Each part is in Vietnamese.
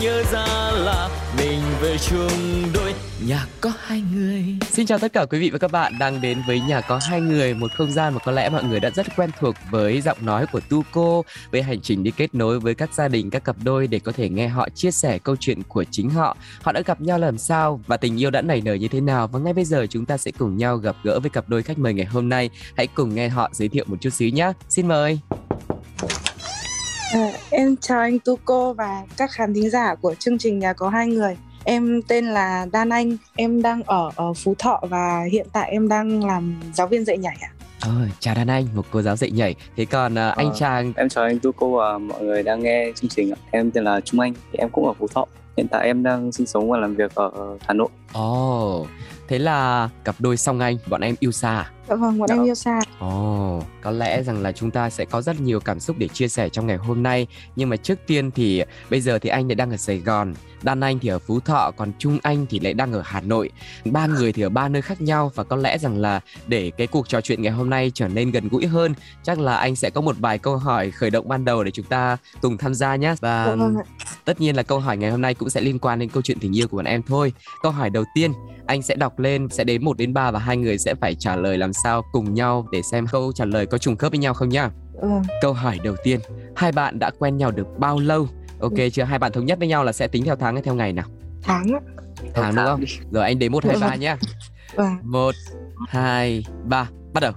nhớ ra là mình về chung đôi nhà có hai người Xin chào tất cả quý vị và các bạn đang đến với nhà có hai người một không gian mà có lẽ mọi người đã rất quen thuộc với giọng nói của Tu cô với hành trình đi kết nối với các gia đình các cặp đôi để có thể nghe họ chia sẻ câu chuyện của chính họ họ đã gặp nhau làm sao và tình yêu đã nảy nở như thế nào và ngay bây giờ chúng ta sẽ cùng nhau gặp gỡ với cặp đôi khách mời ngày hôm nay hãy cùng nghe họ giới thiệu một chút xíu nhé xin mời À, em chào anh Tuco và các khán thính giả của chương trình Nhà có hai người. Em tên là Đan Anh, em đang ở ở Phú Thọ và hiện tại em đang làm giáo viên dạy nhảy ạ. Ôi, chào đàn anh một cô giáo dạy nhảy thế còn à, anh Ờ. chàng Em chào anh Tu Cô và mọi người đang nghe chương trình. ạ. Em tên là Trung Anh, em cũng ở Phú Thọ. Hiện tại em đang sinh sống và làm việc ở Hà Nội. ồ thế là cặp đôi song anh bọn em yêu xa à? Dạ vâng, bọn em Dạ. yêu xa. Ồ, có lẽ rằng là chúng ta sẽ có rất nhiều cảm xúc để chia sẻ trong ngày hôm nay Nhưng mà trước tiên thì bây giờ thì anh lại đang ở Sài Gòn Đan Anh thì ở Phú Thọ, còn Trung Anh thì lại đang ở Hà Nội Ba người thì ở ba nơi khác nhau Và có lẽ rằng là để cái cuộc trò chuyện ngày hôm nay trở nên gần gũi hơn Chắc là anh sẽ có một vài câu hỏi khởi động ban đầu để chúng ta cùng tham gia nhé Và À, Dạ vâng ạ. tất nhiên là câu hỏi ngày hôm nay cũng sẽ liên quan đến câu chuyện tình yêu của bọn em thôi câu hỏi đầu tiên anh sẽ đọc lên sẽ đến 1 đến 3 và hai người sẽ phải trả lời làm sao cùng nhau để xem câu trả lời có trùng khớp với nhau không nhá Vâng. câu hỏi đầu tiên hai bạn đã quen nhau được bao lâu ok chưa hai bạn thống nhất với nhau là sẽ tính theo tháng hay theo ngày nào Tháng ạ. tháng đúng không rồi anh đến một hai ba nhá Vâng, một hai ba bắt đầu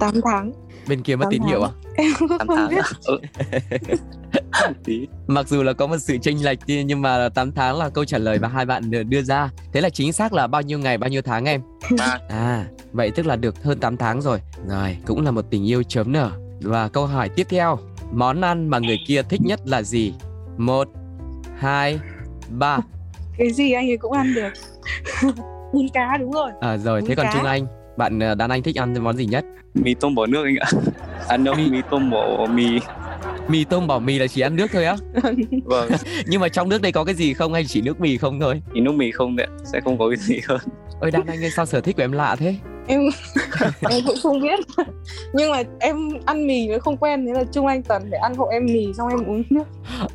8 tháng. bên kia mất Tám tín hiệu à tháng. Em cũng Tám không tháng biết. ạ. Ừ. Một Ừ. tí. mặc dù là có một sự chênh lệch đi, nhưng mà 8 tháng là câu trả lời mà hai bạn ờ, đưa ra thế là chính xác là bao nhiêu ngày bao nhiêu tháng em Ba. à vậy tức là được hơn 8 tháng rồi rồi cũng là một tình yêu chớm nở và câu hỏi tiếp theo món ăn mà người kia thích nhất là gì một hai ba Cái gì anh ấy cũng ăn được. Bún cá đúng rồi. à, rồi thế Bún còn cá. trung anh bạn ờ, đàn anh thích ăn món gì nhất Mì tôm bỏ nước anh ạ. Ăn đâu mì tôm bỏ mì. mì tôm bỏ mì là chỉ ăn nước thôi á Vâng, nhưng mà trong nước đây có cái gì không hay chỉ nước mì không thôi thì nước mì không đấy, ạ. sẽ không có cái gì hơn. ôi đàn anh ơi sao sở thích của em lạ thế Em cũng không biết. Nhưng mà em ăn mì nó không quen nên là Trung Anh toàn phải ăn hộ em mì xong em uống nước.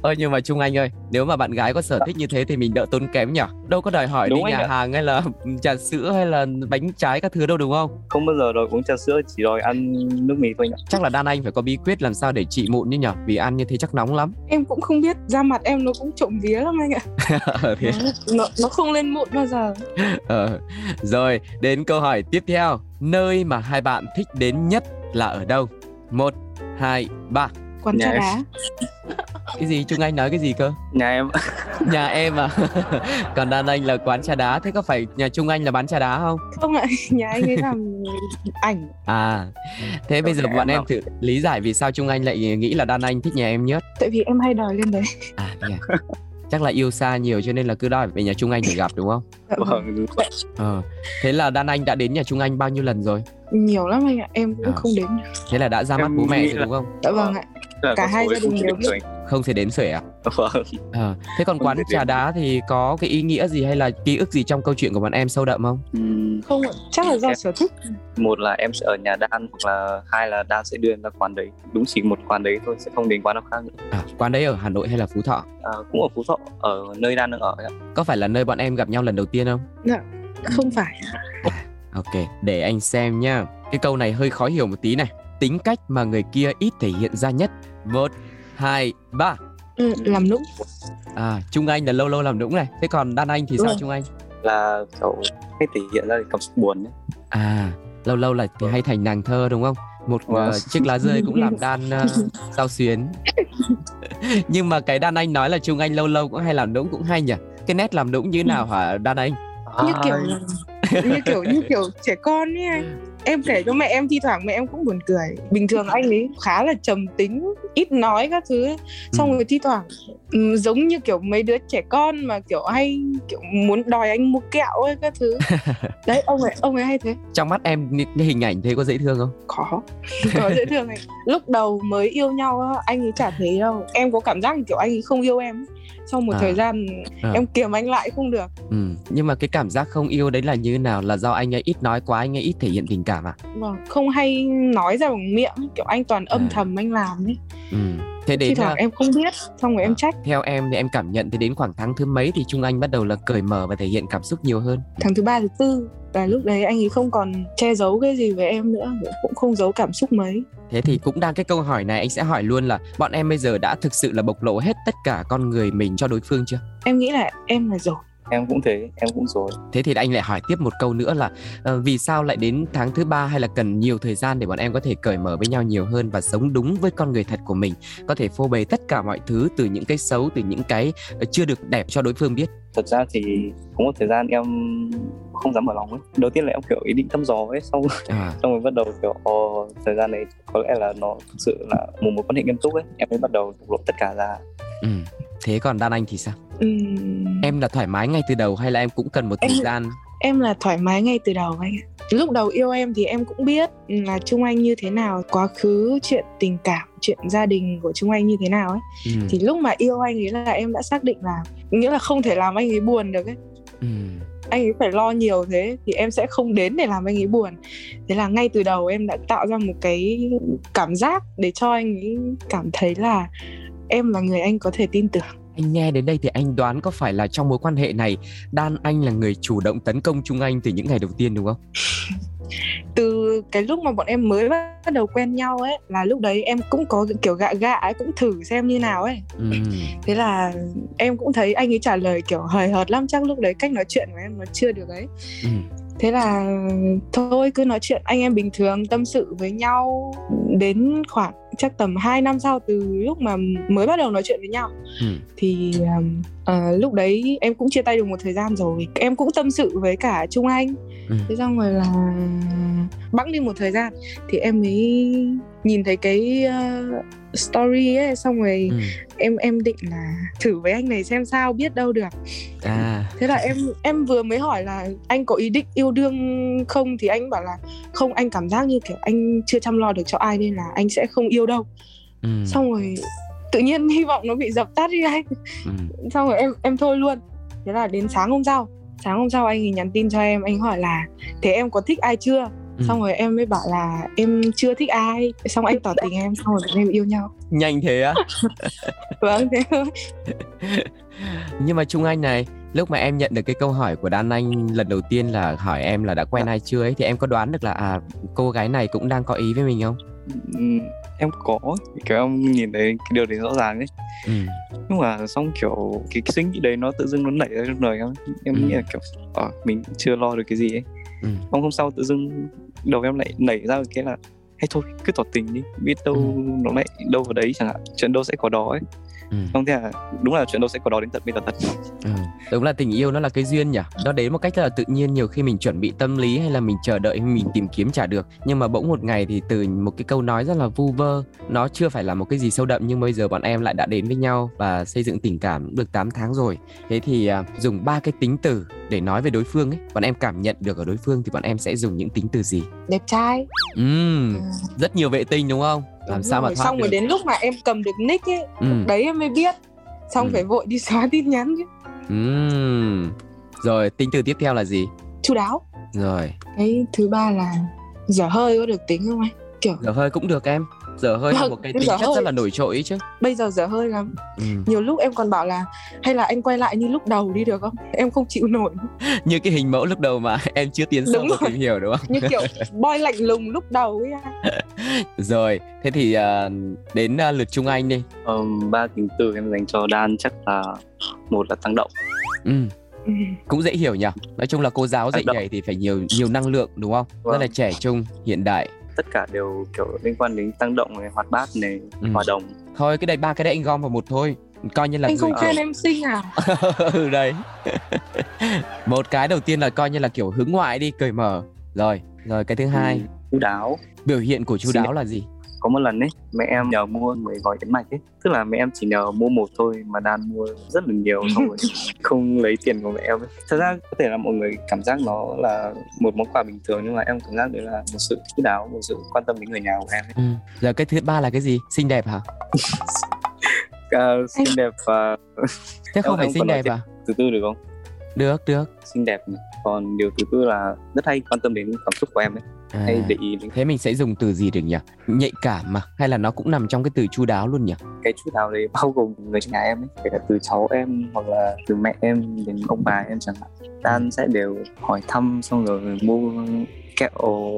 Ơ nhưng mà Trung Anh ơi, nếu mà bạn gái có sở thích như thế thì mình đỡ tốn kém nhở Đâu có đòi hỏi Dạ. Đúng đi anh nhà ạ. hàng hay là trà sữa hay là bánh trái các thứ đâu đúng không? Không bao giờ đòi uống trà sữa, chỉ đòi ăn nước mì thôi anh ạ. Chắc là Đan Anh phải có bí quyết làm sao để trị mụn như nhở Vì ăn như thế chắc nóng lắm. Em cũng không biết, da mặt em nó cũng trộm vía lắm anh ạ. Ờ, Dạ. thế- à? Nó, nó, nó không lên mụn bao giờ. ờ. Rồi, đến câu hỏi tiếp theo. Nơi mà hai bạn thích đến nhất là ở đâu? Một, hai, ba. Quán Nhà trà em- đá. Cái gì Trung Anh nói cái gì cơ? Nhà em Nhà em à. Còn Đan Anh là quán trà đá, thế có phải nhà Trung Anh là bán trà đá không? không ạ nhà anh ấy làm ảnh À, thế bây Chỗ giờ nhà bọn em em nào? thử lý giải vì sao Trung Anh lại nghĩ là Đan Anh thích nhà em nhất. tại vì em hay đòi lên đấy À, thế à? chắc là yêu xa nhiều cho nên là cứ đòi về nhà Trung Anh để gặp đúng không? Dạ vâng. vâng, Ờ, thế là Đan Anh đã đến nhà Trung Anh bao nhiêu lần rồi? vâng. nhiều lắm anh ạ em cũng À. không đến được. Thế là đã ra mắt Em bố mẹ nghĩ rồi là- đúng không? dạ vâng ạ là Cả con hai số gia không đình thể đều được biết. rồi. Không thể đến sưởi à? Vâng. Ờ, thế còn Không quán thể trà đến. đá thì có cái ý nghĩa gì hay là ký ức gì trong câu chuyện của bọn em sâu đậm không? Ừm, không ạ chắc là do Em- sở thích một là em sẽ ở nhà đan hoặc là hai là đan sẽ đưa em ra quán đấy đúng chỉ một quán đấy thôi sẽ không đến quán nào khác nữa À, quán đấy ở Hà Nội hay là Phú Thọ? à, cũng ở phú thọ ở nơi đan đang ở ấy ạ. Có phải là nơi bọn em gặp nhau lần đầu tiên không? không phải Ok, để anh xem nha. Cái câu này hơi khó hiểu một tí này. Tính cách mà người kia ít thể hiện ra nhất. Một, hai, ba. ừ, làm nũng À, Trung Anh là lâu lâu làm đúng này. Thế còn Đan Anh thì Đúng sao rồi. Trung Anh? là kiểu hay thể hiện ra cảm xúc buồn ấy. À, lâu lâu là thì hay thành nàng thơ đúng không? Một Wow. ờ, chiếc lá rơi cũng làm Đan uh, sao xuyến. Nhưng mà cái Đan Anh nói là Trung Anh lâu lâu cũng hay làm đúng cũng hay nhỉ. Cái nét làm đúng như thế Ừ. nào hả Đan Anh? như kiểu Ai, là, như kiểu như kiểu trẻ con ấy anh em kể cho mẹ em thi thoảng mẹ em cũng buồn cười bình thường anh ấy khá là trầm tính ít nói các thứ ấy. xong Ừ. rồi thi thoảng ừ, giống như kiểu mấy đứa trẻ con mà kiểu hay kiểu muốn đòi anh mua kẹo ấy các thứ đấy ông ấy ông ấy hay thế trong mắt em những cái hình ảnh thế có dễ thương không có có dễ thương này lúc đầu mới yêu nhau á, anh ấy chả thế đâu em có cảm giác kiểu anh ấy không yêu em ấy. sau một À. thời gian À. em kiềm anh lại không được ừ. nhưng mà cái cảm giác không yêu đấy là như thế nào là do anh ấy ít nói quá anh ấy ít thể hiện tình cảm à Vâng, không hay nói ra bằng miệng ấy, kiểu anh toàn âm À. thầm anh làm ấy ừ. thế thi đến thoảng à, em không biết xong rồi À. em trách theo em thì em cảm nhận thì đến khoảng tháng thứ mấy thì Trung Anh bắt đầu là cởi mở và thể hiện cảm xúc nhiều hơn tháng thứ ba thứ tư là lúc đấy anh ấy không còn che giấu cái gì về em nữa cũng không giấu cảm xúc mấy Thế thì cũng đang cái câu hỏi này anh sẽ hỏi luôn là bọn em bây giờ đã thực sự là bộc lộ hết tất cả con người mình cho đối phương chưa? em nghĩ là em là rồi em cũng thế em cũng rồi Thế thì anh lại hỏi tiếp một câu nữa là ờ, vì sao lại đến tháng thứ ba hay là cần nhiều thời gian để bọn em có thể cởi mở với nhau nhiều hơn và sống đúng với con người thật của mình, có thể phô bày tất cả mọi thứ từ những cái xấu, từ những cái ờ, chưa được đẹp cho đối phương biết. thật ra thì có một thời gian em không dám mở lòng ấy đầu tiên là em kiểu ý định thăm dò ấy xong À, xong rồi bắt đầu kiểu ồ thời gian này có lẽ là nó thực sự là một mối quan hệ nghiêm túc ấy em mới bắt đầu bộc lộ tất cả ra ừ. Thế còn Đan Anh thì sao? Ừm, Em là thoải mái ngay từ đầu hay là em cũng cần một thời Em- gian? em là thoải mái ngay từ đầu anh ạ lúc đầu yêu em thì em cũng biết là trung anh như thế nào quá khứ chuyện tình cảm chuyện gia đình của trung anh như thế nào ấy Ừ. thì lúc mà yêu anh ấy là em đã xác định là nghĩa là không thể làm anh ấy buồn được ấy Ừ. anh ấy phải lo nhiều thế thì em sẽ không đến để làm anh ấy buồn thế là ngay từ đầu em đã tạo ra một cái cảm giác để cho anh ấy cảm thấy là em là người anh có thể tin tưởng Anh nghe đến đây thì anh đoán có phải là trong mối quan hệ này Đan Anh là người chủ động tấn công Trung Anh từ những ngày đầu tiên đúng không? từ cái lúc mà bọn em mới bắt đầu quen nhau ấy là lúc đấy em cũng có kiểu gạ gạ ấy cũng thử xem như nào ấy Ừ. thế là em cũng thấy anh ấy trả lời kiểu hời hợt lắm chắc lúc đấy cách nói chuyện của em nó chưa được ấy Ừ. thế là thôi cứ nói chuyện anh em bình thường tâm sự với nhau đến khoảng chắc tầm 2 năm sau từ lúc mà mới bắt đầu nói chuyện với nhau Ừ. thì um, ờ, lúc đấy em cũng chia tay được một thời gian rồi em cũng tâm sự với cả Trung Anh Ừ. thế xong rồi là bẵng đi một thời gian thì em mới nhìn thấy cái ờ, story ấy xong rồi Ừ. em em định là thử với anh này xem sao biết đâu được À, thế là em em vừa mới hỏi là anh có ý định yêu đương không thì anh bảo là không anh cảm giác như kiểu anh chưa chăm lo được cho ai nên là anh sẽ không yêu đâu ừ. xong rồi tự nhiên hy vọng nó bị dập tắt đi anh Ừ. xong rồi em em thôi luôn thế là đến sáng hôm sau sáng hôm sau anh ấy nhắn tin cho em anh hỏi là thế em có thích ai chưa Ừ. xong rồi em mới bảo là em chưa thích ai xong anh tỏ tình em xong rồi bọn em yêu nhau Nhanh thế á vâng thế thôi. Nhưng mà Trung Anh này Lúc mà em nhận được cái câu hỏi của Đan Anh lần đầu tiên là hỏi em là đã quen Dạ. ai chưa ấy Thì em có đoán được là à cô gái này cũng đang có ý với mình không? Ừm, em có kiểu em nhìn thấy cái điều đấy rõ ràng ấy Ừ. nhưng mà xong kiểu cái, cái suy nghĩ đấy nó tự dưng nó nảy ra trong đời em em Ừ. nghĩ là kiểu ờ, mình chưa lo được cái gì ấy Ừ. xong hôm sau tự dưng đầu em lại nảy ra cái là hay thôi cứ tỏ tình đi biết đâu Ừ. nó lại đâu vào đấy chẳng hạn chuyện đâu sẽ có đó ấy Ừ. xong thế là đúng là chuyện đâu sẽ có đó đến tận bây giờ thật Ừ. Đúng là tình yêu nó là cái duyên nhỉ Nó đến một cách rất là tự nhiên Nhiều khi mình chuẩn bị tâm lý hay là mình chờ đợi Mình tìm kiếm chả được Nhưng mà bỗng một ngày thì từ một cái câu nói rất là vu vơ Nó chưa phải là một cái gì sâu đậm Nhưng bây giờ bọn em lại đã đến với nhau Và xây dựng tình cảm được 8 tháng rồi Thế thì à, dùng ba cái tính từ để nói về đối phương ấy Bọn em cảm nhận được ở đối phương Thì bọn em sẽ dùng những tính từ gì đẹp trai Ừm, Ừ. Rất nhiều vệ tinh đúng không Làm Đúng sao mà rồi, thoát xong được rồi đến lúc mà em cầm được nick ấy Ừm. đấy em mới biết xong Ừ. phải vội đi xóa tin nhắn chứ Ừm. Rồi tính từ tiếp theo là gì chu đáo Rồi cái thứ ba là dở hơi có được tính không anh kiểu dở hơi cũng được em dở hơi là Vâng, một cái em tính dở chất rất hơi. là nổi trội ấy chứ bây giờ dở hơi lắm ừ. nhiều lúc em còn bảo là hay là anh quay lại như lúc đầu đi được không em không chịu nổi như cái hình mẫu lúc đầu mà em chưa tiến sâu Đúng vào rồi. tìm hiểu đúng không như kiểu boy lạnh lùng lúc đầu ấy anh. rồi thế thì à, đến à, lượt trung anh đi Ờm, ba tính từ em dành cho Dan chắc là một là tăng động ừ. Ừ. cũng dễ hiểu nhỉ nói chung là cô giáo dạy Tác động. nhảy thì phải nhiều nhiều năng lượng đúng không rất Vâng. là trẻ trung hiện đại tất cả đều kiểu liên quan đến tăng động này hoạt bát này Ừ. hòa đồng thôi cái đây ba cái đấy anh gom vào một thôi coi như là anh người không khen em xinh à ừ đấy một cái đầu tiên là coi như là kiểu hướng ngoại đi cởi mở rồi rồi cái thứ hai Ừ, chu đáo biểu hiện của chú Xin đáo là gì có một lần ấy mẹ em nhờ mua 10 gói yến mạch ấy tức là mẹ em chỉ nhờ mua một thôi mà đan mua rất là nhiều xong rồi không lấy tiền của mẹ em ấy. thật ra có thể là mọi người cảm giác nó là một món quà bình thường nhưng mà em cảm giác đấy là một sự chú đáo một sự quan tâm đến người nhà của em ấy. Ừ. Giờ cái thứ ba là cái gì? Xinh đẹp hả? Ờ, xinh đẹp và Thế không Em phải không xinh còn nói đẹp tiếp. à? thứ tư được không Được, được. xinh đẹp này. còn điều thứ tư là rất hay quan tâm đến cảm xúc của em ấy À, hay để ý đến thế mình sẽ dùng từ gì được nhỉ? Nhạy cảm mà hay là nó cũng nằm trong cái từ chu đáo luôn nhỉ? cái chú nào đấy bao gồm người trong nhà em ấy kể cả từ cháu em hoặc là từ mẹ em đến ông bà em chẳng hạn Đan sẽ đều hỏi thăm xong rồi mua kẹo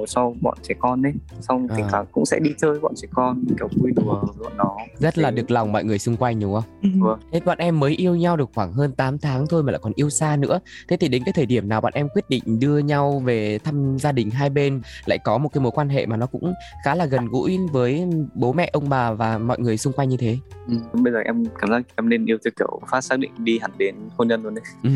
cho bọn trẻ con ấy xong thỉnh À. thoảng cũng sẽ đi chơi với bọn trẻ con kiểu vui đùa với bọn nó Rất là Thế- được lòng mọi người xung quanh đúng không? Ừ. Thế bọn em mới yêu nhau được khoảng hơn 8 tháng thôi mà lại còn yêu xa nữa. Thế thì đến cái thời điểm nào bọn em quyết định đưa nhau về thăm gia đình hai bên lại có một cái mối quan hệ mà nó cũng khá là gần gũi với bố mẹ ông bà và mọi người xung quanh như thế. ừ. bây giờ em cảm giác em nên yêu theo kiểu phát xác định đi hẳn đến hôn nhân luôn đấy Ừ.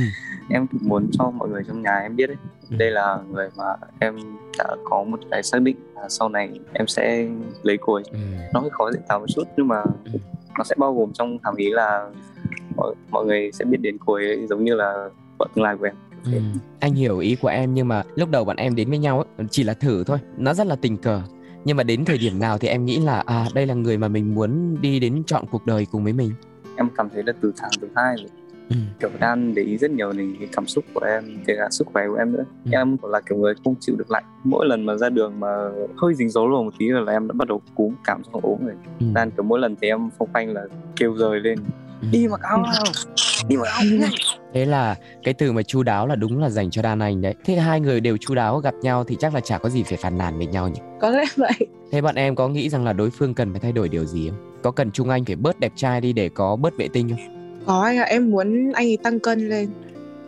em cũng muốn cho mọi người trong nhà em biết đấy Ừ. đây là người mà em đã có một cái xác định là sau này em sẽ lấy cô ấy Ừ. nó hơi khó diễn tả một chút nhưng mà Ừ. nó sẽ bao gồm trong hàm ý là mọi, mọi người sẽ biết đến cô ấy giống như là vợ tương lai của em Ừ. Anh hiểu ý của em nhưng mà lúc đầu bọn em đến với nhau ấy, chỉ là thử thôi, nó rất là tình cờ. Nhưng mà đến thời điểm nào thì em nghĩ là à đây là người mà mình muốn đi đến trọn cuộc đời cùng với mình. em cảm thấy là từ tháng thứ hai rồi, Ừ. kiểu đang để ý rất nhiều đến cái cảm xúc của em kể cả sức khỏe của em nữa Ừ. em cũng là kiểu người không chịu được lạnh mỗi lần mà ra đường mà hơi dính dấu lồ một tí là em đã bắt đầu cúm cảm xong ốm rồi Ừ. đang kiểu mỗi lần thấy em phong phanh là kêu rời lên Ừ. đi mặc áo nào, đi mặc áo Vâng. ngay Thế là cái từ mà chu đáo là đúng là dành cho đàn anh đấy. Thế hai người đều chu đáo gặp nhau thì chắc là chả có gì phải phàn nàn với nhau nhỉ. có lẽ vậy Thế bọn em có nghĩ rằng là đối phương cần phải thay đổi điều gì không? Có cần Trung Anh phải bớt đẹp trai đi để có bớt vệ tinh không? có anh ạ em muốn anh ấy tăng cân lên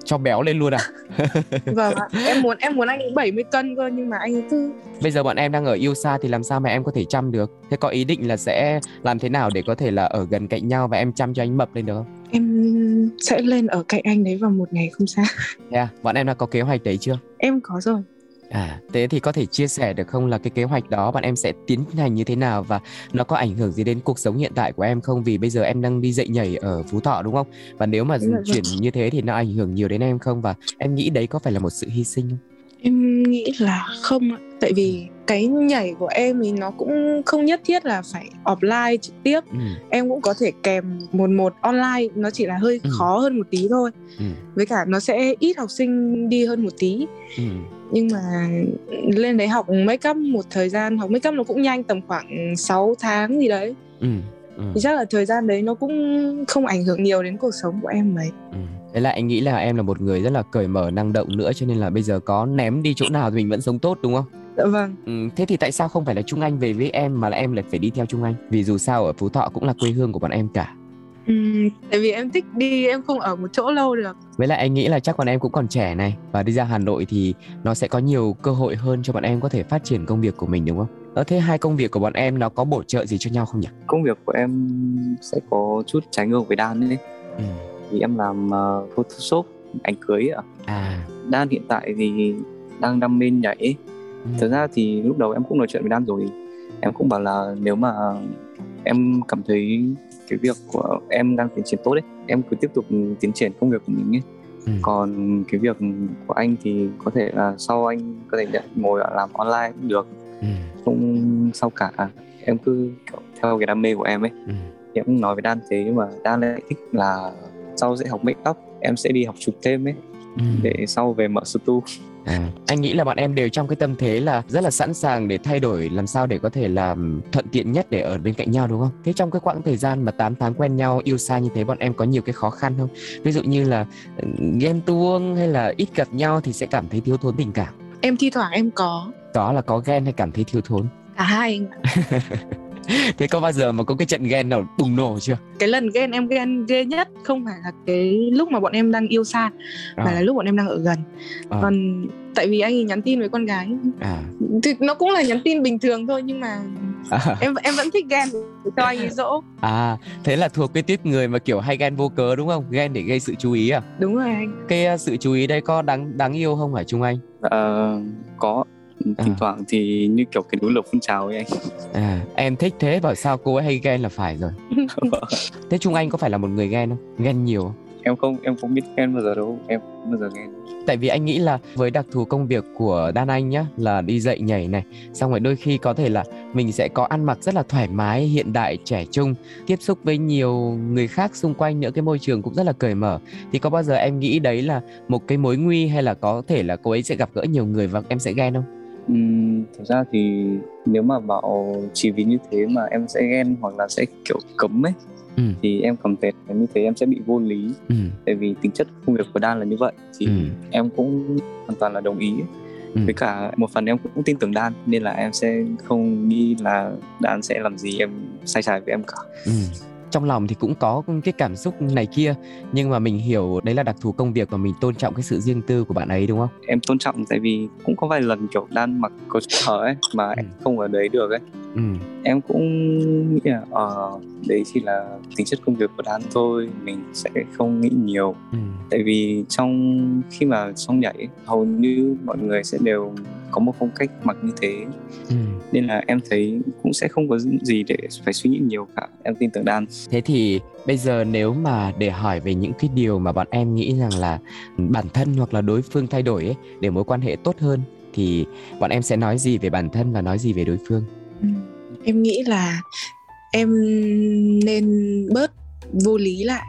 Cho béo lên luôn à? vâng ạ em muốn em muốn anh ấy 70 cân cơ nhưng mà anh ấy cứ Bây giờ bọn em đang ở yêu xa thì làm sao mà em có thể chăm được? Thế có ý định là sẽ làm thế nào để có thể là ở gần cạnh nhau và em chăm cho anh mập lên được không? em sẽ lên ở cạnh anh đấy vào một ngày không xa Thế à? Bọn em đã có kế hoạch đấy chưa? em có rồi À, thế thì có thể chia sẻ được không là cái kế hoạch đó bọn em sẽ tiến hành như thế nào và nó có ảnh hưởng gì đến cuộc sống hiện tại của em không? Vì bây giờ em đang đi dạy nhảy ở Phú Thọ đúng không? Và nếu mà Đúng rồi, vâng. chuyển như thế thì nó ảnh hưởng nhiều đến em không? Và em nghĩ đấy có phải là một sự hy sinh không? em nghĩ là không ạ tại vì cái nhảy của em thì nó cũng không nhất thiết là phải offline trực tiếp Ừ, em cũng có thể kèm một một online nó chỉ là hơi Ừ. khó hơn một tí thôi ừ, với cả nó sẽ ít học sinh đi hơn một tí ừ, nhưng mà lên đấy học make up một thời gian học make up nó cũng nhanh tầm khoảng 6 tháng gì đấy ừ, ừ. thì chắc là thời gian đấy nó cũng không ảnh hưởng nhiều đến cuộc sống của em mấy Ừ. Thế là anh nghĩ là em là một người rất là cởi mở, năng động nữa cho nên là bây giờ có ném đi chỗ nào thì mình vẫn sống tốt đúng không? dạ vâng Ừ, thế thì tại sao không phải là Trung Anh về với em mà là em lại phải đi theo Trung Anh? Vì dù sao ở Phú Thọ cũng là quê hương của bọn em cả. Ừm, Ừ, tại vì em thích đi em không ở một chỗ lâu được Với lại anh nghĩ là chắc bọn em cũng còn trẻ này và đi ra Hà Nội thì nó sẽ có nhiều cơ hội hơn cho bọn em có thể phát triển công việc của mình đúng không? Ờ, thế hai công việc của bọn em nó có bổ trợ gì cho nhau không nhỉ? công việc của em sẽ có chút trái ngược với đan ấy Ừ. thì em làm ờ, photoshop ảnh cưới ạ À. đan hiện tại thì đang đam mê nhảy ấy. ừ. thật ra thì lúc đầu em cũng nói chuyện với đan rồi em cũng bảo là nếu mà em cảm thấy cái việc của em đang tiến triển tốt ấy em cứ tiếp tục tiến triển công việc của mình ấy Ừ. còn cái việc của anh thì có thể là sau anh có thể nhận ngồi làm online cũng được Ừ. không sao cả em cứ kiểu theo cái đam mê của em ấy Ừ. thì em cũng nói với Đan thế nhưng mà Đan lại thích là sau sẽ học make up em sẽ đi học chụp thêm ấy Ừ. để sau về mở studio À, anh nghĩ là bọn em đều trong cái tâm thế là rất là sẵn sàng để thay đổi làm sao để có thể làm thuận tiện nhất để ở bên cạnh nhau đúng không? Thế trong cái quãng thời gian mà 8 tháng quen nhau yêu xa như thế bọn em có nhiều cái khó khăn không? Ví dụ như là ừ, ghen tuông hay là ít gặp nhau thì sẽ cảm thấy thiếu thốn tình cảm. em thi thoảng em có Đó là có ghen hay cảm thấy thiếu thốn. cả hai anh ạ. Thế có bao giờ mà có cái trận ghen nào bùng nổ chưa? cái lần ghen em ghen ghê nhất không phải là cái lúc mà bọn em đang yêu xa mà là lúc bọn em đang ở gần À. còn tại vì anh ấy nhắn tin với con gái À. thì nó cũng là nhắn tin bình thường thôi nhưng mà à. em em vẫn thích ghen để cho anh ấy dỗ À, thế là thuộc cái tuyết người mà kiểu hay ghen vô cớ đúng không? Ghen để gây sự chú ý à? đúng rồi anh Cái uh, sự chú ý đây có đáng đáng yêu không hả Trung Anh? Ờ, có Ừ, thỉnh thoảng thì như kiểu cái núi lửa phun trào ấy anh à, em thích thế bảo sao cô ấy hay ghen là phải rồi thế trung anh có phải là một người ghen không ghen nhiều không? em không em không biết ghen bao giờ đâu em không bao giờ ghen tại vì anh nghĩ là với đặc thù công việc của đan anh nhá là đi dạy nhảy này xong rồi đôi khi có thể là mình sẽ có ăn mặc rất là thoải mái hiện đại trẻ trung tiếp xúc với nhiều người khác xung quanh nữa cái môi trường cũng rất là cởi mở thì có bao giờ em nghĩ đấy là một cái mối nguy hay là có thể là cô ấy sẽ gặp gỡ nhiều người và em sẽ ghen không Ừm, thực ra thì nếu mà bảo chỉ vì như thế mà em sẽ ghen hoặc là sẽ kiểu cấm ấy Ừ. thì em cảm thấy là như thế em sẽ bị vô lý ừ, tại vì tính chất công việc của Dan là như vậy thì ừ, em cũng hoàn toàn là đồng ý Ừ. với cả một phần em cũng tin tưởng Dan nên là em sẽ không nghĩ là Dan sẽ làm gì em sai trái với em cả ừ. trong lòng thì cũng có cái cảm xúc này kia nhưng mà mình hiểu đấy là đặc thù công việc và mình tôn trọng cái sự riêng tư của bạn ấy đúng không em tôn trọng tại vì cũng có vài lần kiểu Dan mặc cầu thở ấy mà em không ở đấy được ấy ừ. em cũng nghĩ là ờ đấy chỉ là tính chất công việc của Dan thôi mình sẽ không nghĩ nhiều Ừ. tại vì trong khi mà trong nhảy ấy, hầu như mọi người sẽ đều có một phong cách mặc như thế Ừ. nên là em thấy cũng sẽ không có gì để phải suy nghĩ nhiều cả em tin tưởng Dan Thế thì bây giờ nếu mà để hỏi về những cái điều mà bọn em nghĩ rằng là bản thân hoặc là đối phương thay đổi ấy để mối quan hệ tốt hơn thì bọn em sẽ nói gì về bản thân và nói gì về đối phương? em nghĩ là em nên bớt vô lý lại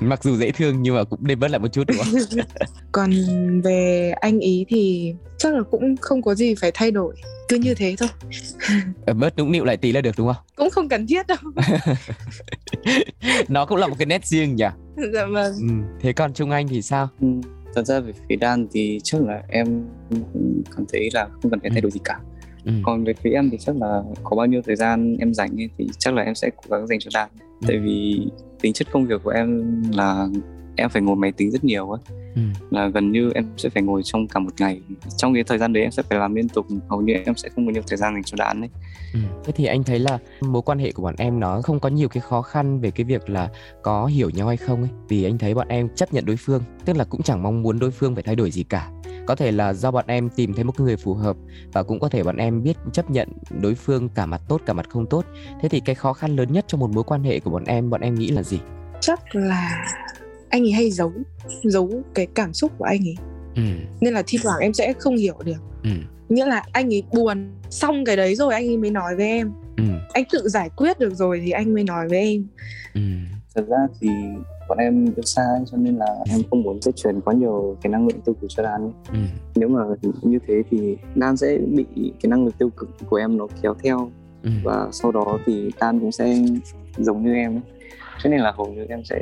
Mặc dù dễ thương nhưng mà cũng nên bớt lại một chút đúng không? còn về anh ý thì chắc là cũng không có gì phải thay đổi cứ như thế thôi Ờ, bớt nũng nịu lại tí là được đúng không? cũng không cần thiết đâu Nó cũng là một cái nét riêng nhỉ. dạ vâng Ừ. Thế còn Trung Anh thì sao? Ừ, thật ra về phía Dan thì chắc là em cũng cảm thấy là không cần phải thay đổi gì cả Ừ. còn về phía em thì chắc là có bao nhiêu thời gian em rảnh ấy, thì chắc là em sẽ cố gắng dành cho Dan tại vì tính chất công việc của em là em phải ngồi máy tính rất nhiều ấy Ừ. là gần như em sẽ phải ngồi trong cả một ngày trong cái thời gian đấy em sẽ phải làm liên tục hầu như em sẽ không có nhiều thời gian dành cho Dan ấy Ừ. Thế thì anh thấy là mối quan hệ của bọn em nó không có nhiều cái khó khăn về cái việc là có hiểu nhau hay không ấy vì anh thấy bọn em chấp nhận đối phương tức là cũng chẳng mong muốn đối phương phải thay đổi gì cả có thể là do bọn em tìm thấy một người phù hợp và cũng có thể bọn em biết chấp nhận đối phương cả mặt tốt cả mặt không tốt thế thì cái khó khăn lớn nhất trong một mối quan hệ của bọn em bọn em nghĩ là gì chắc là anh ấy hay giấu giấu cái cảm xúc của anh ấy ừ. nên là thi thoảng em sẽ không hiểu được Ừ. nghĩa là anh ấy buồn xong cái đấy rồi anh ấy mới nói với em Ừ. anh tự giải quyết được rồi thì anh mới nói với em Ừ. thật ra thì bọn em yêu xa ấy, cho nên là em không muốn sẽ truyền quá nhiều cái năng lượng tiêu cực cho Dan ấy. Ừ. nếu mà như thế thì Dan sẽ bị cái năng lượng tiêu cực của em nó kéo theo Ừ. và sau đó thì Dan cũng sẽ giống như em ấy. cho nên là hầu như em sẽ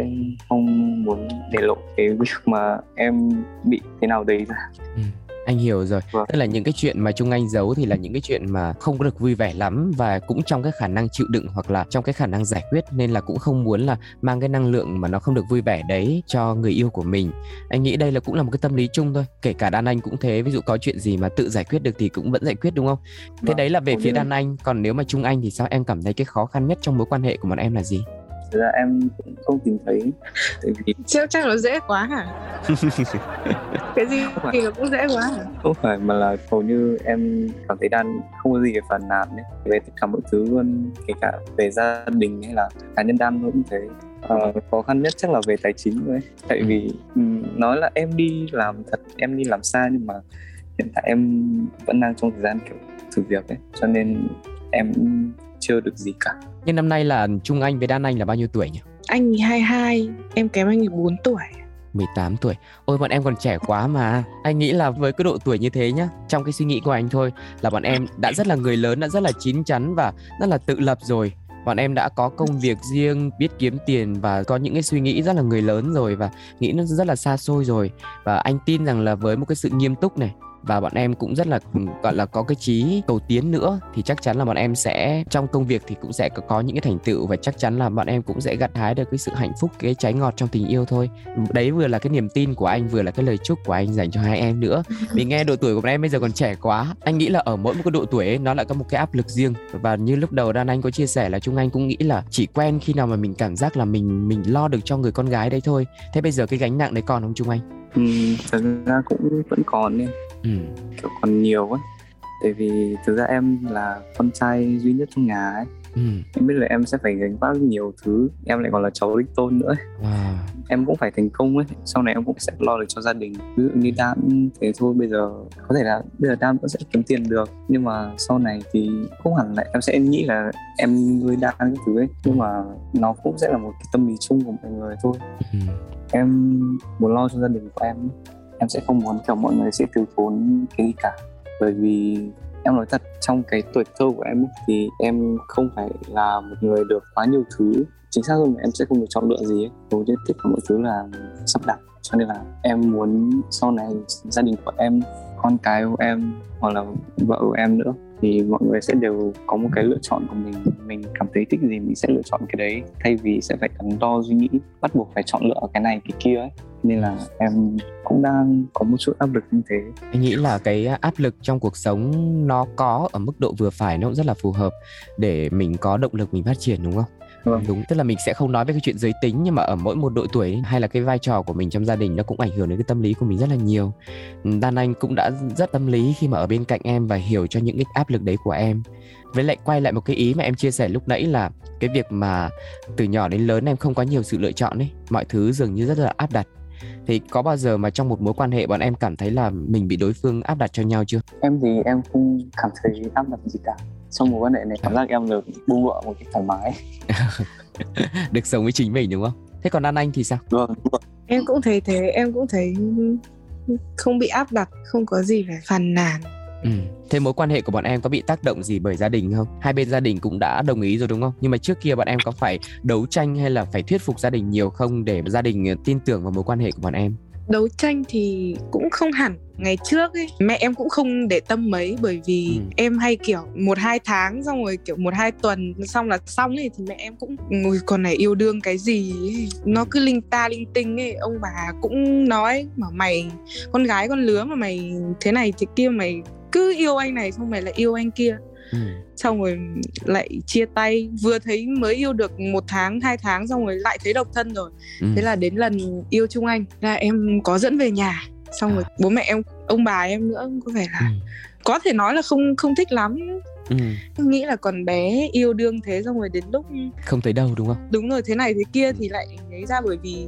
không muốn để lộ cái việc mà em bị thế nào đấy ra anh hiểu rồi Vâng. tức là những cái chuyện mà trung anh giấu thì là những cái chuyện mà không có được vui vẻ lắm và cũng trong cái khả năng chịu đựng hoặc là trong cái khả năng giải quyết nên là cũng không muốn là mang cái năng lượng mà nó không được vui vẻ đấy cho người yêu của mình anh nghĩ đây là cũng là một cái tâm lý chung thôi kể cả đàn anh cũng thế ví dụ có chuyện gì mà tự giải quyết được thì cũng vẫn giải quyết đúng không thế Vâng, đấy là về đúng phía rồi. đàn anh còn nếu mà trung anh thì sao em cảm thấy cái khó khăn nhất trong mối quan hệ của bọn em là gì thực ra em cũng không tìm thấy tại vì chắc chắc nó dễ quá hả cái gì thì nó cũng dễ quá hả không phải mà là hầu như em cảm thấy Dan không có gì để phản nàn ấy. về tất cả mọi thứ luôn kể cả về gia đình hay là cá nhân Dan cũng thế Ờ, khó khăn nhất chắc là về tài chính thôi ấy. tại Ừ. vì ừm, nói là em đi làm thật em đi làm xa nhưng mà hiện tại em vẫn đang trong thời gian kiểu thử việc ấy cho nên em chưa được gì cả nhưng năm nay là trung anh với đàn anh là bao nhiêu tuổi nhỉ anh ấy 22 em kém anh ấy 4 tuổi 18 tuổi Ôi bọn em còn trẻ quá mà Anh nghĩ là với cái độ tuổi như thế nhá Trong cái suy nghĩ của anh thôi Là bọn em đã rất là người lớn Đã rất là chín chắn và rất là tự lập rồi Bọn em đã có công việc riêng Biết kiếm tiền và có những cái suy nghĩ rất là người lớn rồi Và nghĩ nó rất là xa xôi rồi Và anh tin rằng là với một cái sự nghiêm túc này và bọn em cũng rất là gọi là có cái trí cầu tiến nữa thì chắc chắn là bọn em sẽ trong công việc thì cũng sẽ có- có những cái thành tựu và chắc chắn là bọn em cũng sẽ gặt hái được cái sự hạnh phúc cái trái ngọt trong tình yêu thôi đấy vừa là cái niềm tin của anh vừa là cái lời chúc của anh dành cho hai em nữa vì nghe độ tuổi của bọn em bây giờ còn trẻ quá anh nghĩ là ở mỗi một cái độ tuổi ấy, nó lại có một cái áp lực riêng và như lúc đầu đan anh có chia sẻ là trung anh cũng nghĩ là chỉ quen khi nào mà mình cảm giác là mình mình lo được cho người con gái đấy thôi thế bây giờ cái gánh nặng đấy còn Ừ, không trung anh Ừm, thật ra cũng vẫn còn ấy ừ kiểu còn nhiều ấy tại vì thực ra em là con trai duy nhất trong nhà ấy Ừ. em biết là em sẽ phải gánh vác nhiều thứ em lại còn là cháu đích tôn nữa ấy. Wow. em cũng phải thành công ấy sau này em cũng sẽ lo được cho gia đình ví dụ như đam thế thôi bây giờ có thể là bây giờ đam vẫn sẽ kiếm tiền được nhưng mà sau này thì không hẳn là em sẽ nghĩ là em nuôi đam cái thứ ấy nhưng mà nó cũng sẽ là một cái tâm lý chung của mọi người thôi Ừ. em muốn lo cho gia đình của em em sẽ không muốn kiểu mọi người sẽ thiếu thốn cái gì cả bởi vì em nói thật trong cái tuổi thơ của em ấy, thì em không phải là một người được quá nhiều thứ chính xác hơn là em sẽ không được chọn lựa gì ấy. hầu như tất cả mọi thứ là sắp đặt cho nên là em muốn sau này gia đình của em con cái của em hoặc là vợ của em nữa thì mọi người sẽ đều có một cái lựa chọn của mình mình cảm thấy thích gì mình sẽ lựa chọn cái đấy thay vì sẽ phải đắn đo suy nghĩ bắt buộc phải chọn lựa cái này cái kia ấy nên là em cũng đang có một chút áp lực như thế Anh nghĩ là cái áp lực trong cuộc sống nó có ở mức độ vừa phải nó cũng rất là phù hợp để mình có động lực mình phát triển đúng không? Vâng. Đúng, tức là mình sẽ không nói về cái chuyện giới tính nhưng mà ở mỗi một độ tuổi ấy, hay là cái vai trò của mình trong gia đình nó cũng ảnh hưởng đến cái tâm lý của mình rất là nhiều. Đan Anh cũng đã rất tâm lý khi mà ở bên cạnh em và hiểu cho những cái áp lực đấy của em. Với lại quay lại một cái ý mà em chia sẻ lúc nãy là cái việc mà từ nhỏ đến lớn em không có nhiều sự lựa chọn ấy, mọi thứ dường như rất là áp đặt thì có bao giờ mà trong một mối quan hệ bọn em cảm thấy là mình bị đối phương áp đặt cho nhau chưa em thì em không cảm thấy áp lực gì cả trong mối quan hệ này cảm giác em được buông bỏ một cái thoải mái được sống với chính mình đúng không thế còn An Anh thì sao vâng em cũng thấy thế em cũng thấy không bị áp đặt không có gì phải phàn nàn ừ. thế mối quan hệ của bọn em có bị tác động gì bởi gia đình không hai bên gia đình cũng đã đồng ý rồi đúng không nhưng mà trước kia bọn em có phải đấu tranh hay là phải thuyết phục gia đình nhiều không để gia đình tin tưởng vào mối quan hệ của bọn em đấu tranh thì cũng không hẳn ngày trước ấy mẹ em cũng không để tâm mấy bởi vì Ừ. em hay kiểu một hai tháng xong rồi kiểu một hai tuần xong là xong ấy thì mẹ em cũng ngồi còn này yêu đương cái gì ấy. nó cứ linh ta linh tinh ấy ông bà cũng nói mà mày con gái con lứa mà mày thế này thế kia mày cứ yêu anh này xong mày lại yêu anh kia ừ. xong rồi lại chia tay vừa thấy mới yêu được một tháng hai tháng xong rồi lại thấy độc thân rồi Ừ. thế là đến lần yêu trung anh là em có dẫn về nhà xong rồi bố mẹ em ông bà em nữa cũng có vẻ là À. Ừ. có thể nói là không không thích lắm Ừ. Em nghĩ là còn bé yêu đương thế xong rồi đến lúc không thấy đâu đúng không đúng rồi thế này thế kia thì lại lấy ra bởi vì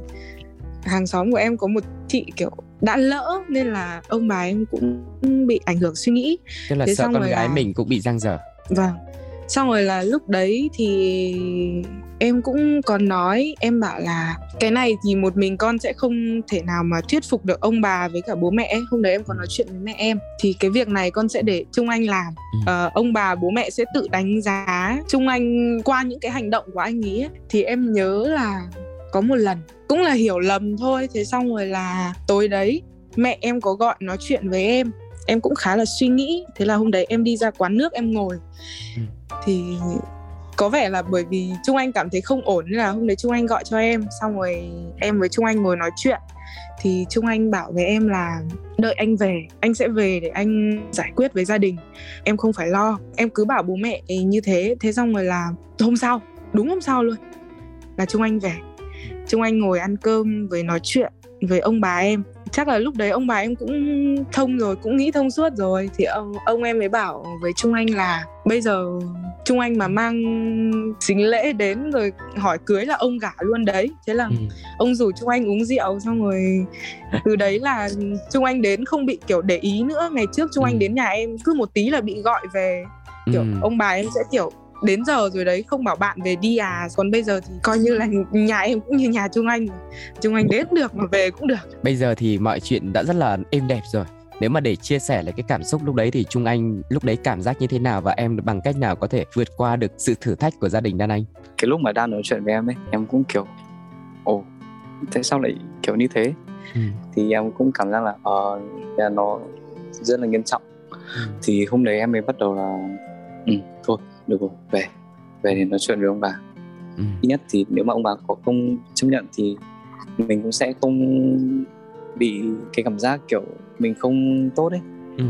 hàng xóm của em có một chị kiểu đã lỡ nên là ông bà em cũng bị ảnh hưởng suy nghĩ tức là Thế sợ xong con rồi gái là- mình cũng bị giang dở Vâng. Xong rồi là lúc đấy thì em cũng có nói em bảo là cái này thì một mình con sẽ không thể nào mà thuyết phục được ông bà với cả bố mẹ ấy. hôm đấy em có nói chuyện với mẹ em thì cái việc này con sẽ để trung anh làm Ừ. Ờ, ông bà bố mẹ sẽ tự đánh giá trung anh qua những cái hành động của anh ý ấy. thì em nhớ là có một lần cũng là hiểu lầm thôi thế xong rồi là tối đấy mẹ em có gọi nói chuyện với em em cũng khá là suy nghĩ thế là hôm đấy em đi ra quán nước em ngồi Ừ. thì có vẻ là bởi vì trung anh cảm thấy không ổn nên là hôm đấy trung anh gọi cho em xong rồi em với trung anh ngồi nói chuyện thì trung anh bảo với em là đợi anh về anh sẽ về để anh giải quyết với gia đình em không phải lo em cứ bảo bố mẹ như thế thế xong rồi là hôm sau đúng hôm sau luôn là trung anh về trung anh ngồi ăn cơm với nói chuyện với ông bà em chắc là lúc đấy ông bà em cũng thông rồi cũng nghĩ thông suốt rồi thì ông, ông em mới bảo với trung anh là bây giờ trung anh mà mang sính lễ đến rồi hỏi cưới là ông gả luôn đấy thế là Ừ. ông rủ trung anh uống rượu xong rồi từ đấy là trung anh đến không bị kiểu để ý nữa ngày trước trung Ừ. anh đến nhà em cứ một tí là bị gọi về kiểu ừ. ông bà em sẽ kiểu đến giờ rồi đấy không bảo bạn về đi à còn bây giờ thì coi như là nhà em cũng như nhà trung anh trung anh đến được mà về cũng được bây giờ thì mọi chuyện đã rất là êm đẹp rồi nếu mà để chia sẻ lại cái cảm xúc lúc đấy thì trung anh lúc đấy cảm giác như thế nào và em bằng cách nào có thể vượt qua được sự thử thách của gia đình đan anh cái lúc mà đang nói chuyện với em ấy em cũng kiểu ồ tại sao lại kiểu như thế Ừ. thì em cũng cảm giác là ờ là nó rất là nghiêm trọng Ừ. thì hôm đấy em mới bắt đầu là ừ thôi được rồi về về để nói chuyện với ông bà Ừ. ít nhất thì nếu mà ông bà có không chấp nhận thì mình cũng sẽ không bị cái cảm giác kiểu mình không tốt ấy Ừ.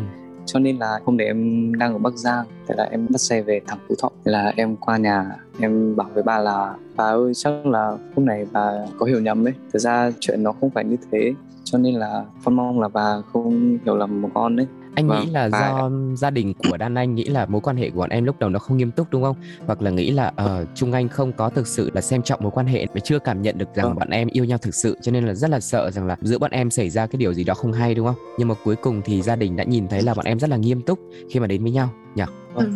cho nên là hôm đấy em đang ở Bắc Giang thế là em bắt xe về thẳng Phú Thọ thế là em qua nhà em bảo với bà là bà ơi chắc là hôm nay bà có hiểu nhầm ấy thực ra chuyện nó không phải như thế cho nên là con mong là bà không hiểu lầm một con đấy anh Vâng, nghĩ là phải. do gia đình của Đan Anh nghĩ là mối quan hệ của bọn em lúc đầu nó không nghiêm túc đúng không? Hoặc là nghĩ là ờ, Trung Anh không có thực sự là xem trọng mối quan hệ và chưa cảm nhận được rằng Vâng. bọn em yêu nhau thực sự cho nên là rất là sợ rằng là giữa bọn em xảy ra cái điều gì đó không hay đúng không? Nhưng mà cuối cùng thì gia đình đã nhìn thấy là bọn em rất là nghiêm túc khi mà đến với nhau nhỉ? Vâng.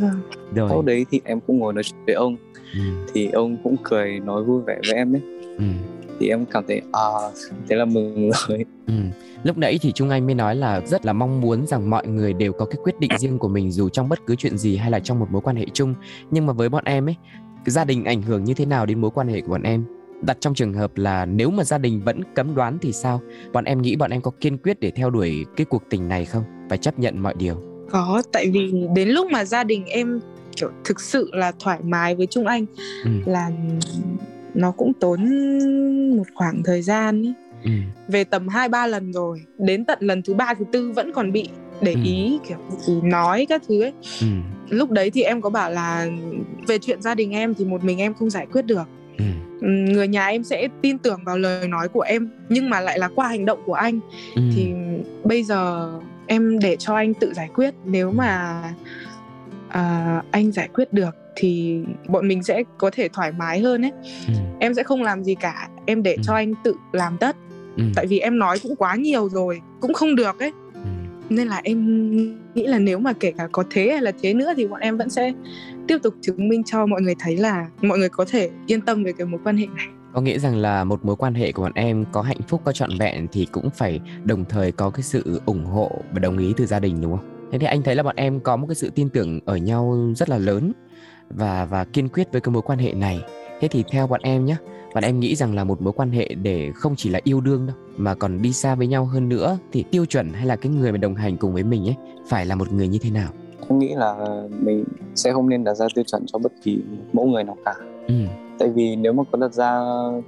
Rồi. sau đấy thì em cũng ngồi nói chuyện với ông Ừ, thì ông cũng cười nói vui vẻ với em ấy ừ, thì em cảm thấy à thế là mừng rồi ừ. Lúc nãy thì Trung Anh mới nói là rất là mong muốn rằng mọi người đều có cái quyết định riêng của mình dù trong bất cứ chuyện gì hay là trong một mối quan hệ chung. Nhưng mà với bọn em ấy, cái gia đình ảnh hưởng như thế nào đến mối quan hệ của bọn em? Đặt trong trường hợp là nếu mà gia đình vẫn cấm đoán thì sao? Bọn em nghĩ bọn em có kiên quyết để theo đuổi cái cuộc tình này không? Và chấp nhận mọi điều. có tại vì đến lúc mà gia đình em kiểu thực sự là thoải mái với Trung Anh Ừ. là nó cũng tốn một khoảng thời gian ý. Ừ. về tầm 2 3 lần rồi, đến tận lần thứ ba thứ tư vẫn còn bị để Ừ. ý kiểu thì nói các thứ ấy. Ừ. Lúc đấy thì em có bảo là về chuyện gia đình em thì một mình em không giải quyết được. Ừ. Ừm, Người nhà em sẽ tin tưởng vào lời nói của em nhưng mà lại là qua hành động của anh Ừ. thì bây giờ em để cho anh tự giải quyết Ừ. nếu mà à, anh giải quyết được thì bọn mình sẽ có thể thoải mái hơn ấy Ừ. em sẽ không làm gì cả em để Ừ. cho anh tự làm tất Ừ. tại vì em nói cũng quá nhiều rồi cũng không được ấy Ừ. nên là em nghĩ là nếu mà kể cả có thế hay là thế nữa thì bọn em vẫn sẽ tiếp tục chứng minh cho mọi người thấy là mọi người có thể yên tâm về cái mối quan hệ này có nghĩa rằng là một mối quan hệ của bọn em có hạnh phúc có trọn vẹn thì cũng phải đồng thời có cái sự ủng hộ và đồng ý từ gia đình đúng không thế thì anh thấy là bọn em có một cái sự tin tưởng ở nhau rất là lớn và và kiên quyết với cái mối quan hệ này thế thì theo bọn em nhé bọn em nghĩ rằng là một mối quan hệ để không chỉ là yêu đương đâu mà còn đi xa với nhau hơn nữa thì tiêu chuẩn hay là cái người mà đồng hành cùng với mình ấy phải là một người như thế nào em nghĩ là mình sẽ không nên đặt ra tiêu chuẩn cho bất kỳ mẫu người nào cả ừ tại vì nếu mà có đặt ra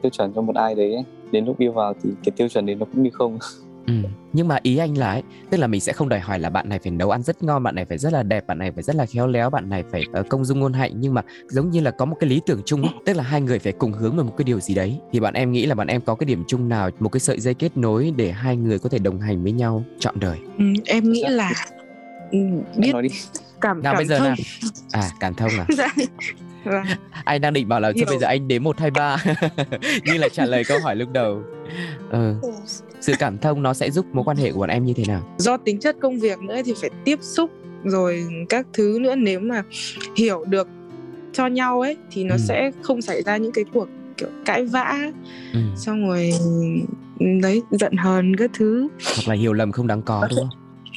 tiêu chuẩn cho một ai đấy ấy, đến lúc đi vào thì cái tiêu chuẩn đấy nó cũng như không Ừ. Nhưng mà ý anh là ấy, tức là mình sẽ không đòi hỏi là bạn này phải nấu ăn rất ngon, bạn này phải rất là đẹp, bạn này phải rất là khéo léo, bạn này phải ờ, công dung ngôn hạnh nhưng mà giống như là có một cái lý tưởng chung, ấy, tức là hai người phải cùng hướng về một cái điều gì đấy. Thì bạn em nghĩ là bạn em có cái điểm chung nào, một cái sợi dây kết nối để hai người có thể đồng hành với nhau trọn đời. ừ, em nghĩ là ừ, Dạ. em biết nói đi cảm Nào cảm bây giờ thông nào. À, cảm thông à. Dạ. Vâng. Anh đang định bảo là thôi Nhiều. bây giờ anh đếm 1 2 3 như là trả lời câu hỏi lúc đầu. Ờ, sự cảm thông nó sẽ giúp mối quan hệ của bọn em như thế nào? do tính chất công việc nữa thì phải tiếp xúc rồi các thứ nữa nếu mà hiểu được cho nhau ấy thì nó Ừ. sẽ không xảy ra những cái cuộc kiểu cãi vã Ừ. xong rồi ừ, đấy giận hờn các thứ Hoặc là hiểu lầm không đáng có đúng không?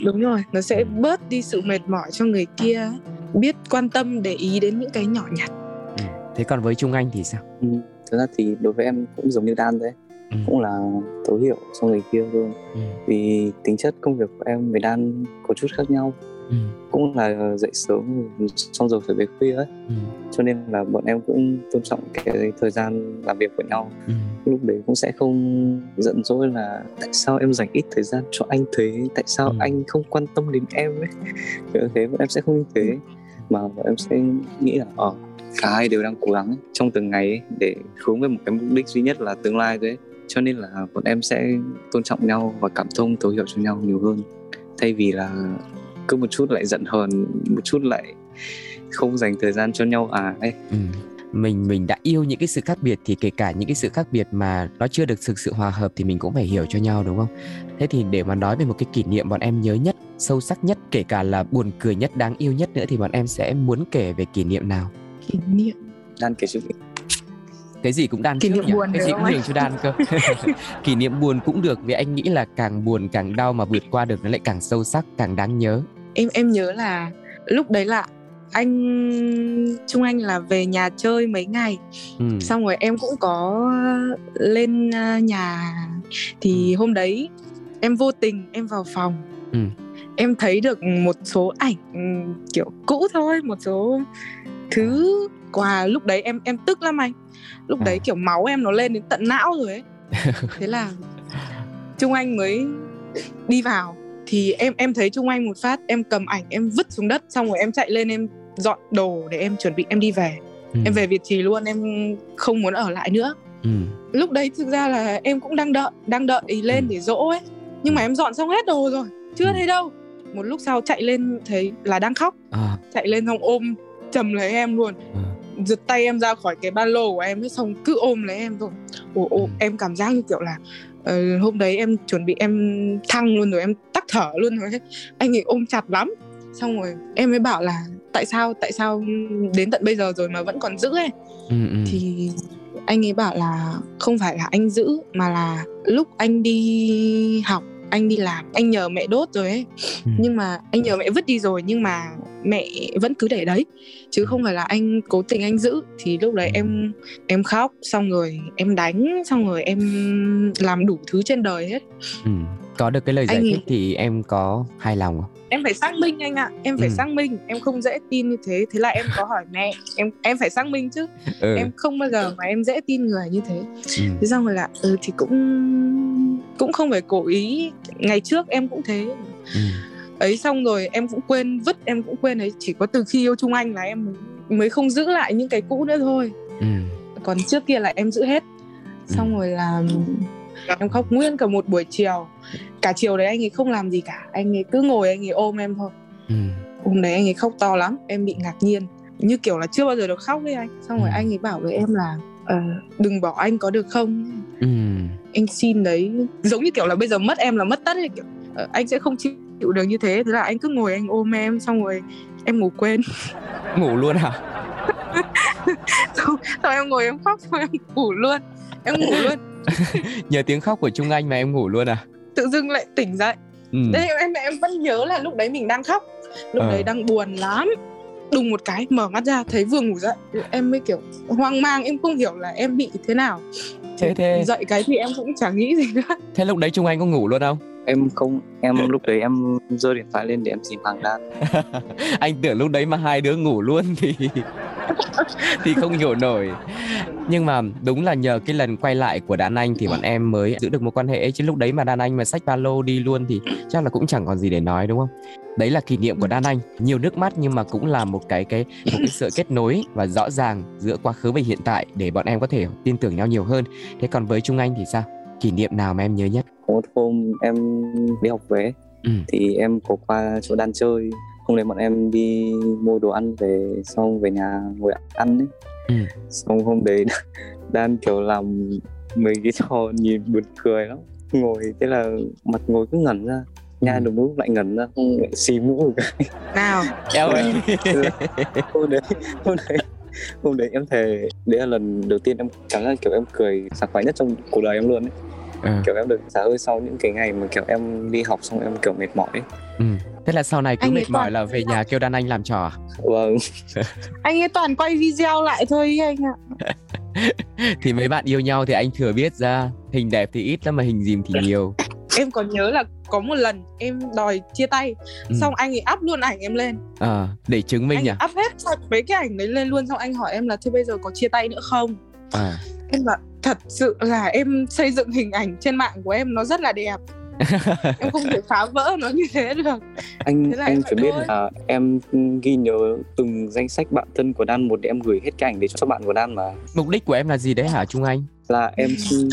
đúng rồi nó sẽ bớt đi sự mệt mỏi cho người kia ấy. biết quan tâm để ý đến những cái nhỏ nhặt Ừ. Thế còn với Trung Anh thì sao? ừ. thực ra thì đối với em cũng giống như đan đấy Ừ. cũng là tối hiệu cho người kia thôi Ừ. vì tính chất công việc của em với đan có chút khác nhau Ừ. cũng là dậy sớm xong rồi phải về khuya ấy Ừ. cho nên là bọn em cũng tôn trọng cái thời gian làm việc của nhau Ừ. lúc đấy cũng sẽ không giận dỗi là tại sao em dành ít thời gian cho anh thế tại sao Ừ. anh không quan tâm đến em ấy kiểu như thế bọn em sẽ không như thế mà bọn em sẽ nghĩ là ờ cả hai đều đang cố gắng ấy, trong từng ngày ấy, để hướng về một cái mục đích duy nhất là tương lai thôi ấy. cho nên là bọn em sẽ tôn trọng nhau và cảm thông thấu hiểu cho nhau nhiều hơn thay vì là cứ một chút lại giận hờn một chút lại không dành thời gian cho nhau à ấy Ừ. Mình mình đã yêu những cái sự khác biệt thì kể cả những cái sự khác biệt mà nó chưa được thực sự hòa hợp thì mình cũng phải hiểu cho nhau đúng không? Thế thì để mà nói về một cái kỷ niệm bọn em nhớ nhất, sâu sắc nhất, kể cả là buồn cười nhất, đáng yêu nhất nữa thì bọn em sẽ muốn kể về kỷ niệm nào? kỷ niệm đang kể chuyện Cái gì cũng đan Kỷ trước niệm nhỉ? buồn cái được gì không cũng anh? dành cho đan cơ. kỷ niệm buồn cũng được vì anh nghĩ là càng buồn càng đau mà vượt qua được nó lại càng sâu sắc, càng đáng nhớ. em em nhớ là lúc đấy là anh Trung Anh là về nhà chơi mấy ngày Ừ. xong rồi em cũng có lên à, nhà thì hôm đấy em vô tình em vào phòng Ừ. em thấy được một số ảnh ừm, kiểu cũ thôi một số thứ quà lúc đấy em em tức lắm anh lúc đấy À. kiểu máu em nó lên đến tận não rồi ấy thế là trung anh mới đi vào thì em em thấy trung anh một phát em cầm ảnh em vứt xuống đất xong rồi em chạy lên em dọn đồ để em chuẩn bị em đi về Ừ. em về Việt Trì luôn em không muốn ở lại nữa Ừ. lúc đấy thực ra là em cũng đang đợi đang đợi ý lên Ừ. để dỗ ấy nhưng mà em dọn xong hết đồ rồi chưa Ừ. thấy đâu một lúc sau chạy lên thấy là đang khóc à, chạy lên xong ôm chầm lấy em luôn Ừ. giật tay em ra khỏi cái ba lô của em hết xong cứ ôm lấy em rồi ồ, ồ Ừ. em cảm giác như kiểu là ờ, hôm đấy em chuẩn bị em thăng luôn rồi em tắc thở luôn rồi ấy. anh ấy ôm chặt lắm xong rồi em mới bảo là tại sao tại sao đến tận bây giờ rồi mà vẫn còn giữ ấy ừ, ừ. thì anh ấy bảo là không phải là anh giữ mà là lúc anh đi học anh đi làm anh nhờ mẹ đốt rồi ấy Ừ. nhưng mà anh nhờ mẹ vứt đi rồi nhưng mà mẹ vẫn cứ để đấy chứ Ừ. không phải là anh cố tình anh giữ thì lúc đấy em em khóc xong rồi em đánh xong rồi em làm đủ thứ trên đời hết Ừ. có được cái lời giải Anh- thích thì em có hài lòng không em phải xác minh anh ạ em phải Ừ. xác minh em không dễ tin như thế thế là em có hỏi mẹ em em phải xác minh chứ ừ. em không bao giờ mà em dễ tin người như thế Ừ. thế xong rồi là ừ thì cũng cũng không phải cố ý ngày trước em cũng thế Ừ. ấy xong rồi em cũng quên vứt em cũng quên ấy chỉ có từ khi yêu trung anh là em mới- mới không giữ lại những cái cũ nữa thôi Ừ. còn trước kia là em giữ hết xong Ừ. Dạ. rồi là em khóc nguyên cả một buổi chiều cả chiều đấy anh ấy không làm gì cả anh ấy cứ ngồi anh ấy ôm em thôi Ừ. hôm đấy anh ấy khóc to lắm em bị ngạc nhiên như kiểu là chưa bao giờ được khóc với anh xong rồi Ừ. anh ấy bảo với em là "Ờ, đừng bỏ anh có được không Ừ. anh xin đấy giống như kiểu là bây giờ mất em là mất tất ấy, kiểu, ờ, anh sẽ không chịu được như thế thế là anh cứ ngồi anh ôm em xong rồi em ngủ quên ngủ luôn à? hả xong em ngồi em khóc xong em ngủ luôn em ngủ luôn nhờ tiếng khóc của trung anh mà em ngủ luôn à tự dưng lại tỉnh dậy ừ. đấy em em vẫn nhớ là lúc đấy mình đang khóc lúc Ờ. đấy đang buồn lắm đùng một cái mở mắt ra thấy vừa ngủ dậy em mới kiểu hoang mang em không hiểu là em bị thế nào thế thế dậy cái thì em cũng chẳng nghĩ gì nữa thế lúc đấy trung anh có ngủ luôn không em không em lúc đấy em giơ điện thoại lên để em tìm hàng đan anh tưởng lúc đấy mà hai đứa ngủ luôn thì thì không hiểu nổi nhưng mà đúng là nhờ cái lần quay lại của đàn anh thì bọn em mới giữ được mối quan hệ ấy. chứ lúc đấy mà đàn anh mà xách ba lô đi luôn thì chắc là cũng chẳng còn gì để nói đúng không đấy là kỷ niệm của đan anh nhiều nước mắt nhưng mà cũng là một cái cái một cái sự kết nối và rõ ràng giữa quá khứ và hiện tại để bọn em có thể tin tưởng nhau nhiều hơn thế còn với trung anh thì sao kỷ niệm nào mà em nhớ nhất có một hôm em đi học về Ừ. thì em có qua chỗ đan chơi hôm đấy bọn em đi mua đồ ăn về xong về nhà ngồi ăn ấy Ừ. xong hôm đấy đan kiểu làm mấy cái trò nhìn buồn cười lắm ngồi thế là mặt ngồi cứ ngẩn ra nha Ừ. đúng lúc lại ngẩn ra xong lại xì mũ một cái nào em ơi hôm đấy Ừ. hôm đấy hôm đấy em thề đấy là lần đầu tiên em cảm giác kiểu em cười sảng khoái nhất trong cuộc đời em luôn ấy À. Ờ, kiểu em được xả hơi sau những cái ngày mà kiểu em đi học xong em kiểu mệt mỏi ấy. thế là sau này cứ Anh ấy mệt mỏi toàn- là về nhà kêu đàn anh làm trò à? vâng anh ấy toàn quay video lại thôi ý anh à. ạ thì mấy bạn yêu nhau thì anh thừa biết ra hình đẹp thì ít lắm mà hình dìm Dạ. thì nhiều em còn nhớ là có một lần em đòi chia tay Ừ. xong anh ấy up luôn ảnh em lên Ờ, để chứng minh anh à, ấy up hết sạch mấy cái ảnh đấy lên luôn xong anh hỏi em là thế bây giờ có chia tay nữa không à. em bảo thật sự là em xây dựng hình ảnh trên mạng của em nó rất là đẹp em không thể phá vỡ nó như thế được anh Thế là anh em phải phải biết thôi. là em ghi nhớ từng danh sách bạn thân của Đan một để em gửi hết cái ảnh đấy cho bạn của Đan mà mục đích của em là gì đấy hả trung anh là em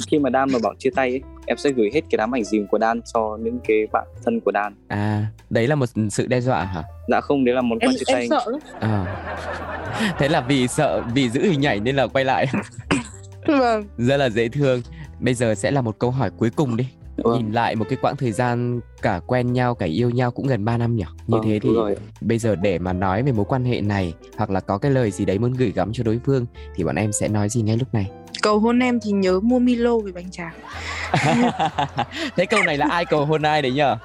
khi mà Đan mà bảo chia tay ấy, em sẽ gửi hết cái đám ảnh dìm của Đan cho những cái bạn thân của Đan à đấy là một sự đe dọa hả dạ không đấy là món quà em chia em tay sợ lắm à. thế là vì sợ vì giữ hình ảnh nên là quay lại vâng rất là dễ thương bây giờ sẽ là một câu hỏi cuối cùng đi Vâng, nhìn lại một cái quãng thời gian cả quen nhau cả yêu nhau cũng gần 3 năm nhỉ như vâng, thế thì đúng rồi. bây giờ để mà nói về mối quan hệ này hoặc là có cái lời gì đấy muốn gửi gắm cho đối phương thì bọn em sẽ nói gì ngay lúc này cầu hôn em thì nhớ mua Milo với bánh tráng thế câu này là ai cầu hôn ai đấy nhờ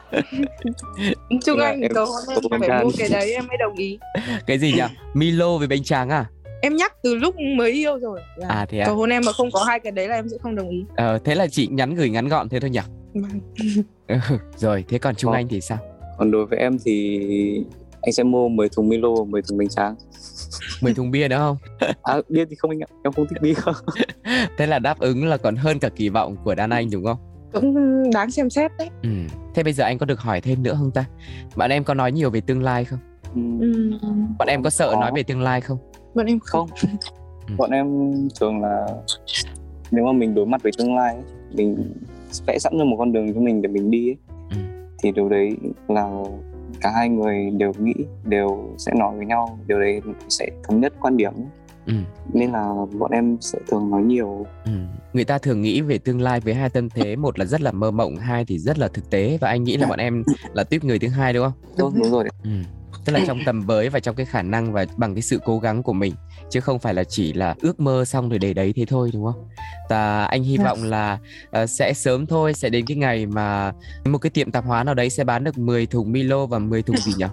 Trung Là Anh em- cầu hôn em cầu hôn phải Đan. mua cái đấy em mới đồng ý cái gì nhỉ milo với bánh tráng à em nhắc từ lúc mới yêu rồi là à thế à cầu hôn em mà không có hai cái đấy là em sẽ không đồng ý ờ, thế là chị nhắn gửi ngắn gọn thế thôi nhỉ Vâng. Ừ, rồi thế còn trung Vâng. anh thì sao còn đối với em thì anh sẽ mua 10 thùng Milo và 10 thùng bánh tráng 10 thùng bia nữa không à bia thì không anh ạ em không thích bia thế là đáp ứng là còn hơn cả kỳ vọng của đàn anh đúng không cũng đáng xem xét đấy ừ. thế bây giờ anh có được hỏi thêm nữa không ta bạn em có nói nhiều về tương lai không Ừ, ừ. bạn em có sợ Có. nói về tương lai không bọn em không không bọn em thường là nếu mà mình đối mặt với tương lai ấy, mình vẽ sẵn ra một con đường cho mình để mình đi ấy, Ừ. thì điều đấy là cả hai người đều nghĩ đều sẽ nói với nhau điều đấy sẽ thống nhất quan điểm Ừ. nên là bọn em sẽ thường nói nhiều Ừ. Người ta thường nghĩ về tương lai với hai tâm thế Một là rất là mơ mộng, hai thì rất là thực tế Và anh nghĩ là bọn em là tuyếp người thứ hai đúng không? đúng, đúng rồi đấy. Ừ. Tức là trong tầm với và trong cái khả năng và bằng cái sự cố gắng của mình Chứ không phải là chỉ là ước mơ xong rồi để đấy thế thôi đúng không? Và anh hy Dạ. vọng là ờ, sẽ sớm thôi Sẽ đến cái ngày mà một cái tiệm tạp hóa nào đấy sẽ bán được 10 thùng Milo và 10 thùng gì nhỉ?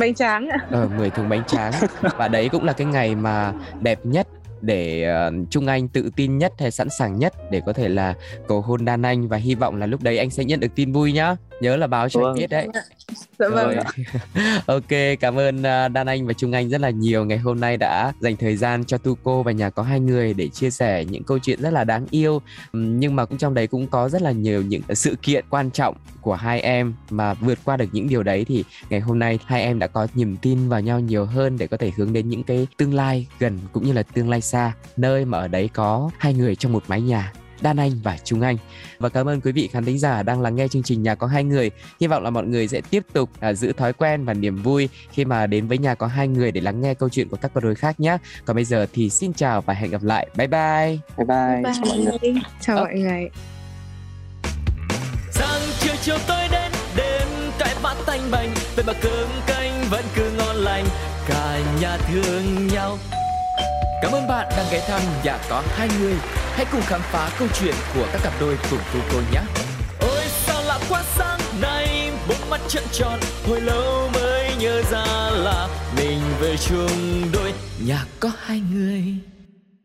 bánh tráng ạ Ờ, 10 thùng bánh tráng Và đấy cũng là cái ngày mà đẹp nhất để ờ, Trung Anh tự tin nhất hay sẵn sàng nhất để có thể là cầu hôn Đan Anh và hy vọng là lúc đấy anh sẽ nhận được tin vui nhá. Nhớ là báo cho anh Vâng. biết đấy. dạ vâng Rồi. ạ. ok, cảm ơn à, Đan Anh và Trung Anh rất là nhiều ngày hôm nay đã dành thời gian cho Tu Cô và nhà có hai người để chia sẻ những câu chuyện rất là đáng yêu. Ừm, Nhưng mà cũng trong đấy cũng có rất là nhiều những sự kiện quan trọng của hai em mà vượt qua được những điều đấy thì ngày hôm nay hai em đã có niềm tin vào nhau nhiều hơn để có thể hướng đến những cái tương lai gần cũng như là tương lai xa nơi mà ở đấy có hai người trong một mái nhà Đan Anh và Trung Anh và cảm ơn quý vị khán thính giả đang lắng nghe chương trình nhà có hai người hy vọng là mọi người sẽ tiếp tục à, giữ thói quen và niềm vui khi mà đến với nhà có hai người để lắng nghe câu chuyện của các cặp đôi khác nhé còn bây giờ thì xin chào và hẹn gặp lại bye bye bye bye, Bye. chào mọi người chào mọi người Sáng chiều chiều tối đến đêm cãi vã tanh bành Vậy mà cơm canh vẫn cứ ngon lành Cả nhà thương nhau Cảm ơn bạn đang ghé thăm Nhà có hai người. Hãy cùng khám phá câu chuyện của các cặp đôi cùng Tu Cô nhé. Ôi sao lạ quá sáng nay Bốn mắt trận tròn Hồi lâu mới nhớ ra là Mình về chung đôi Nhà có hai người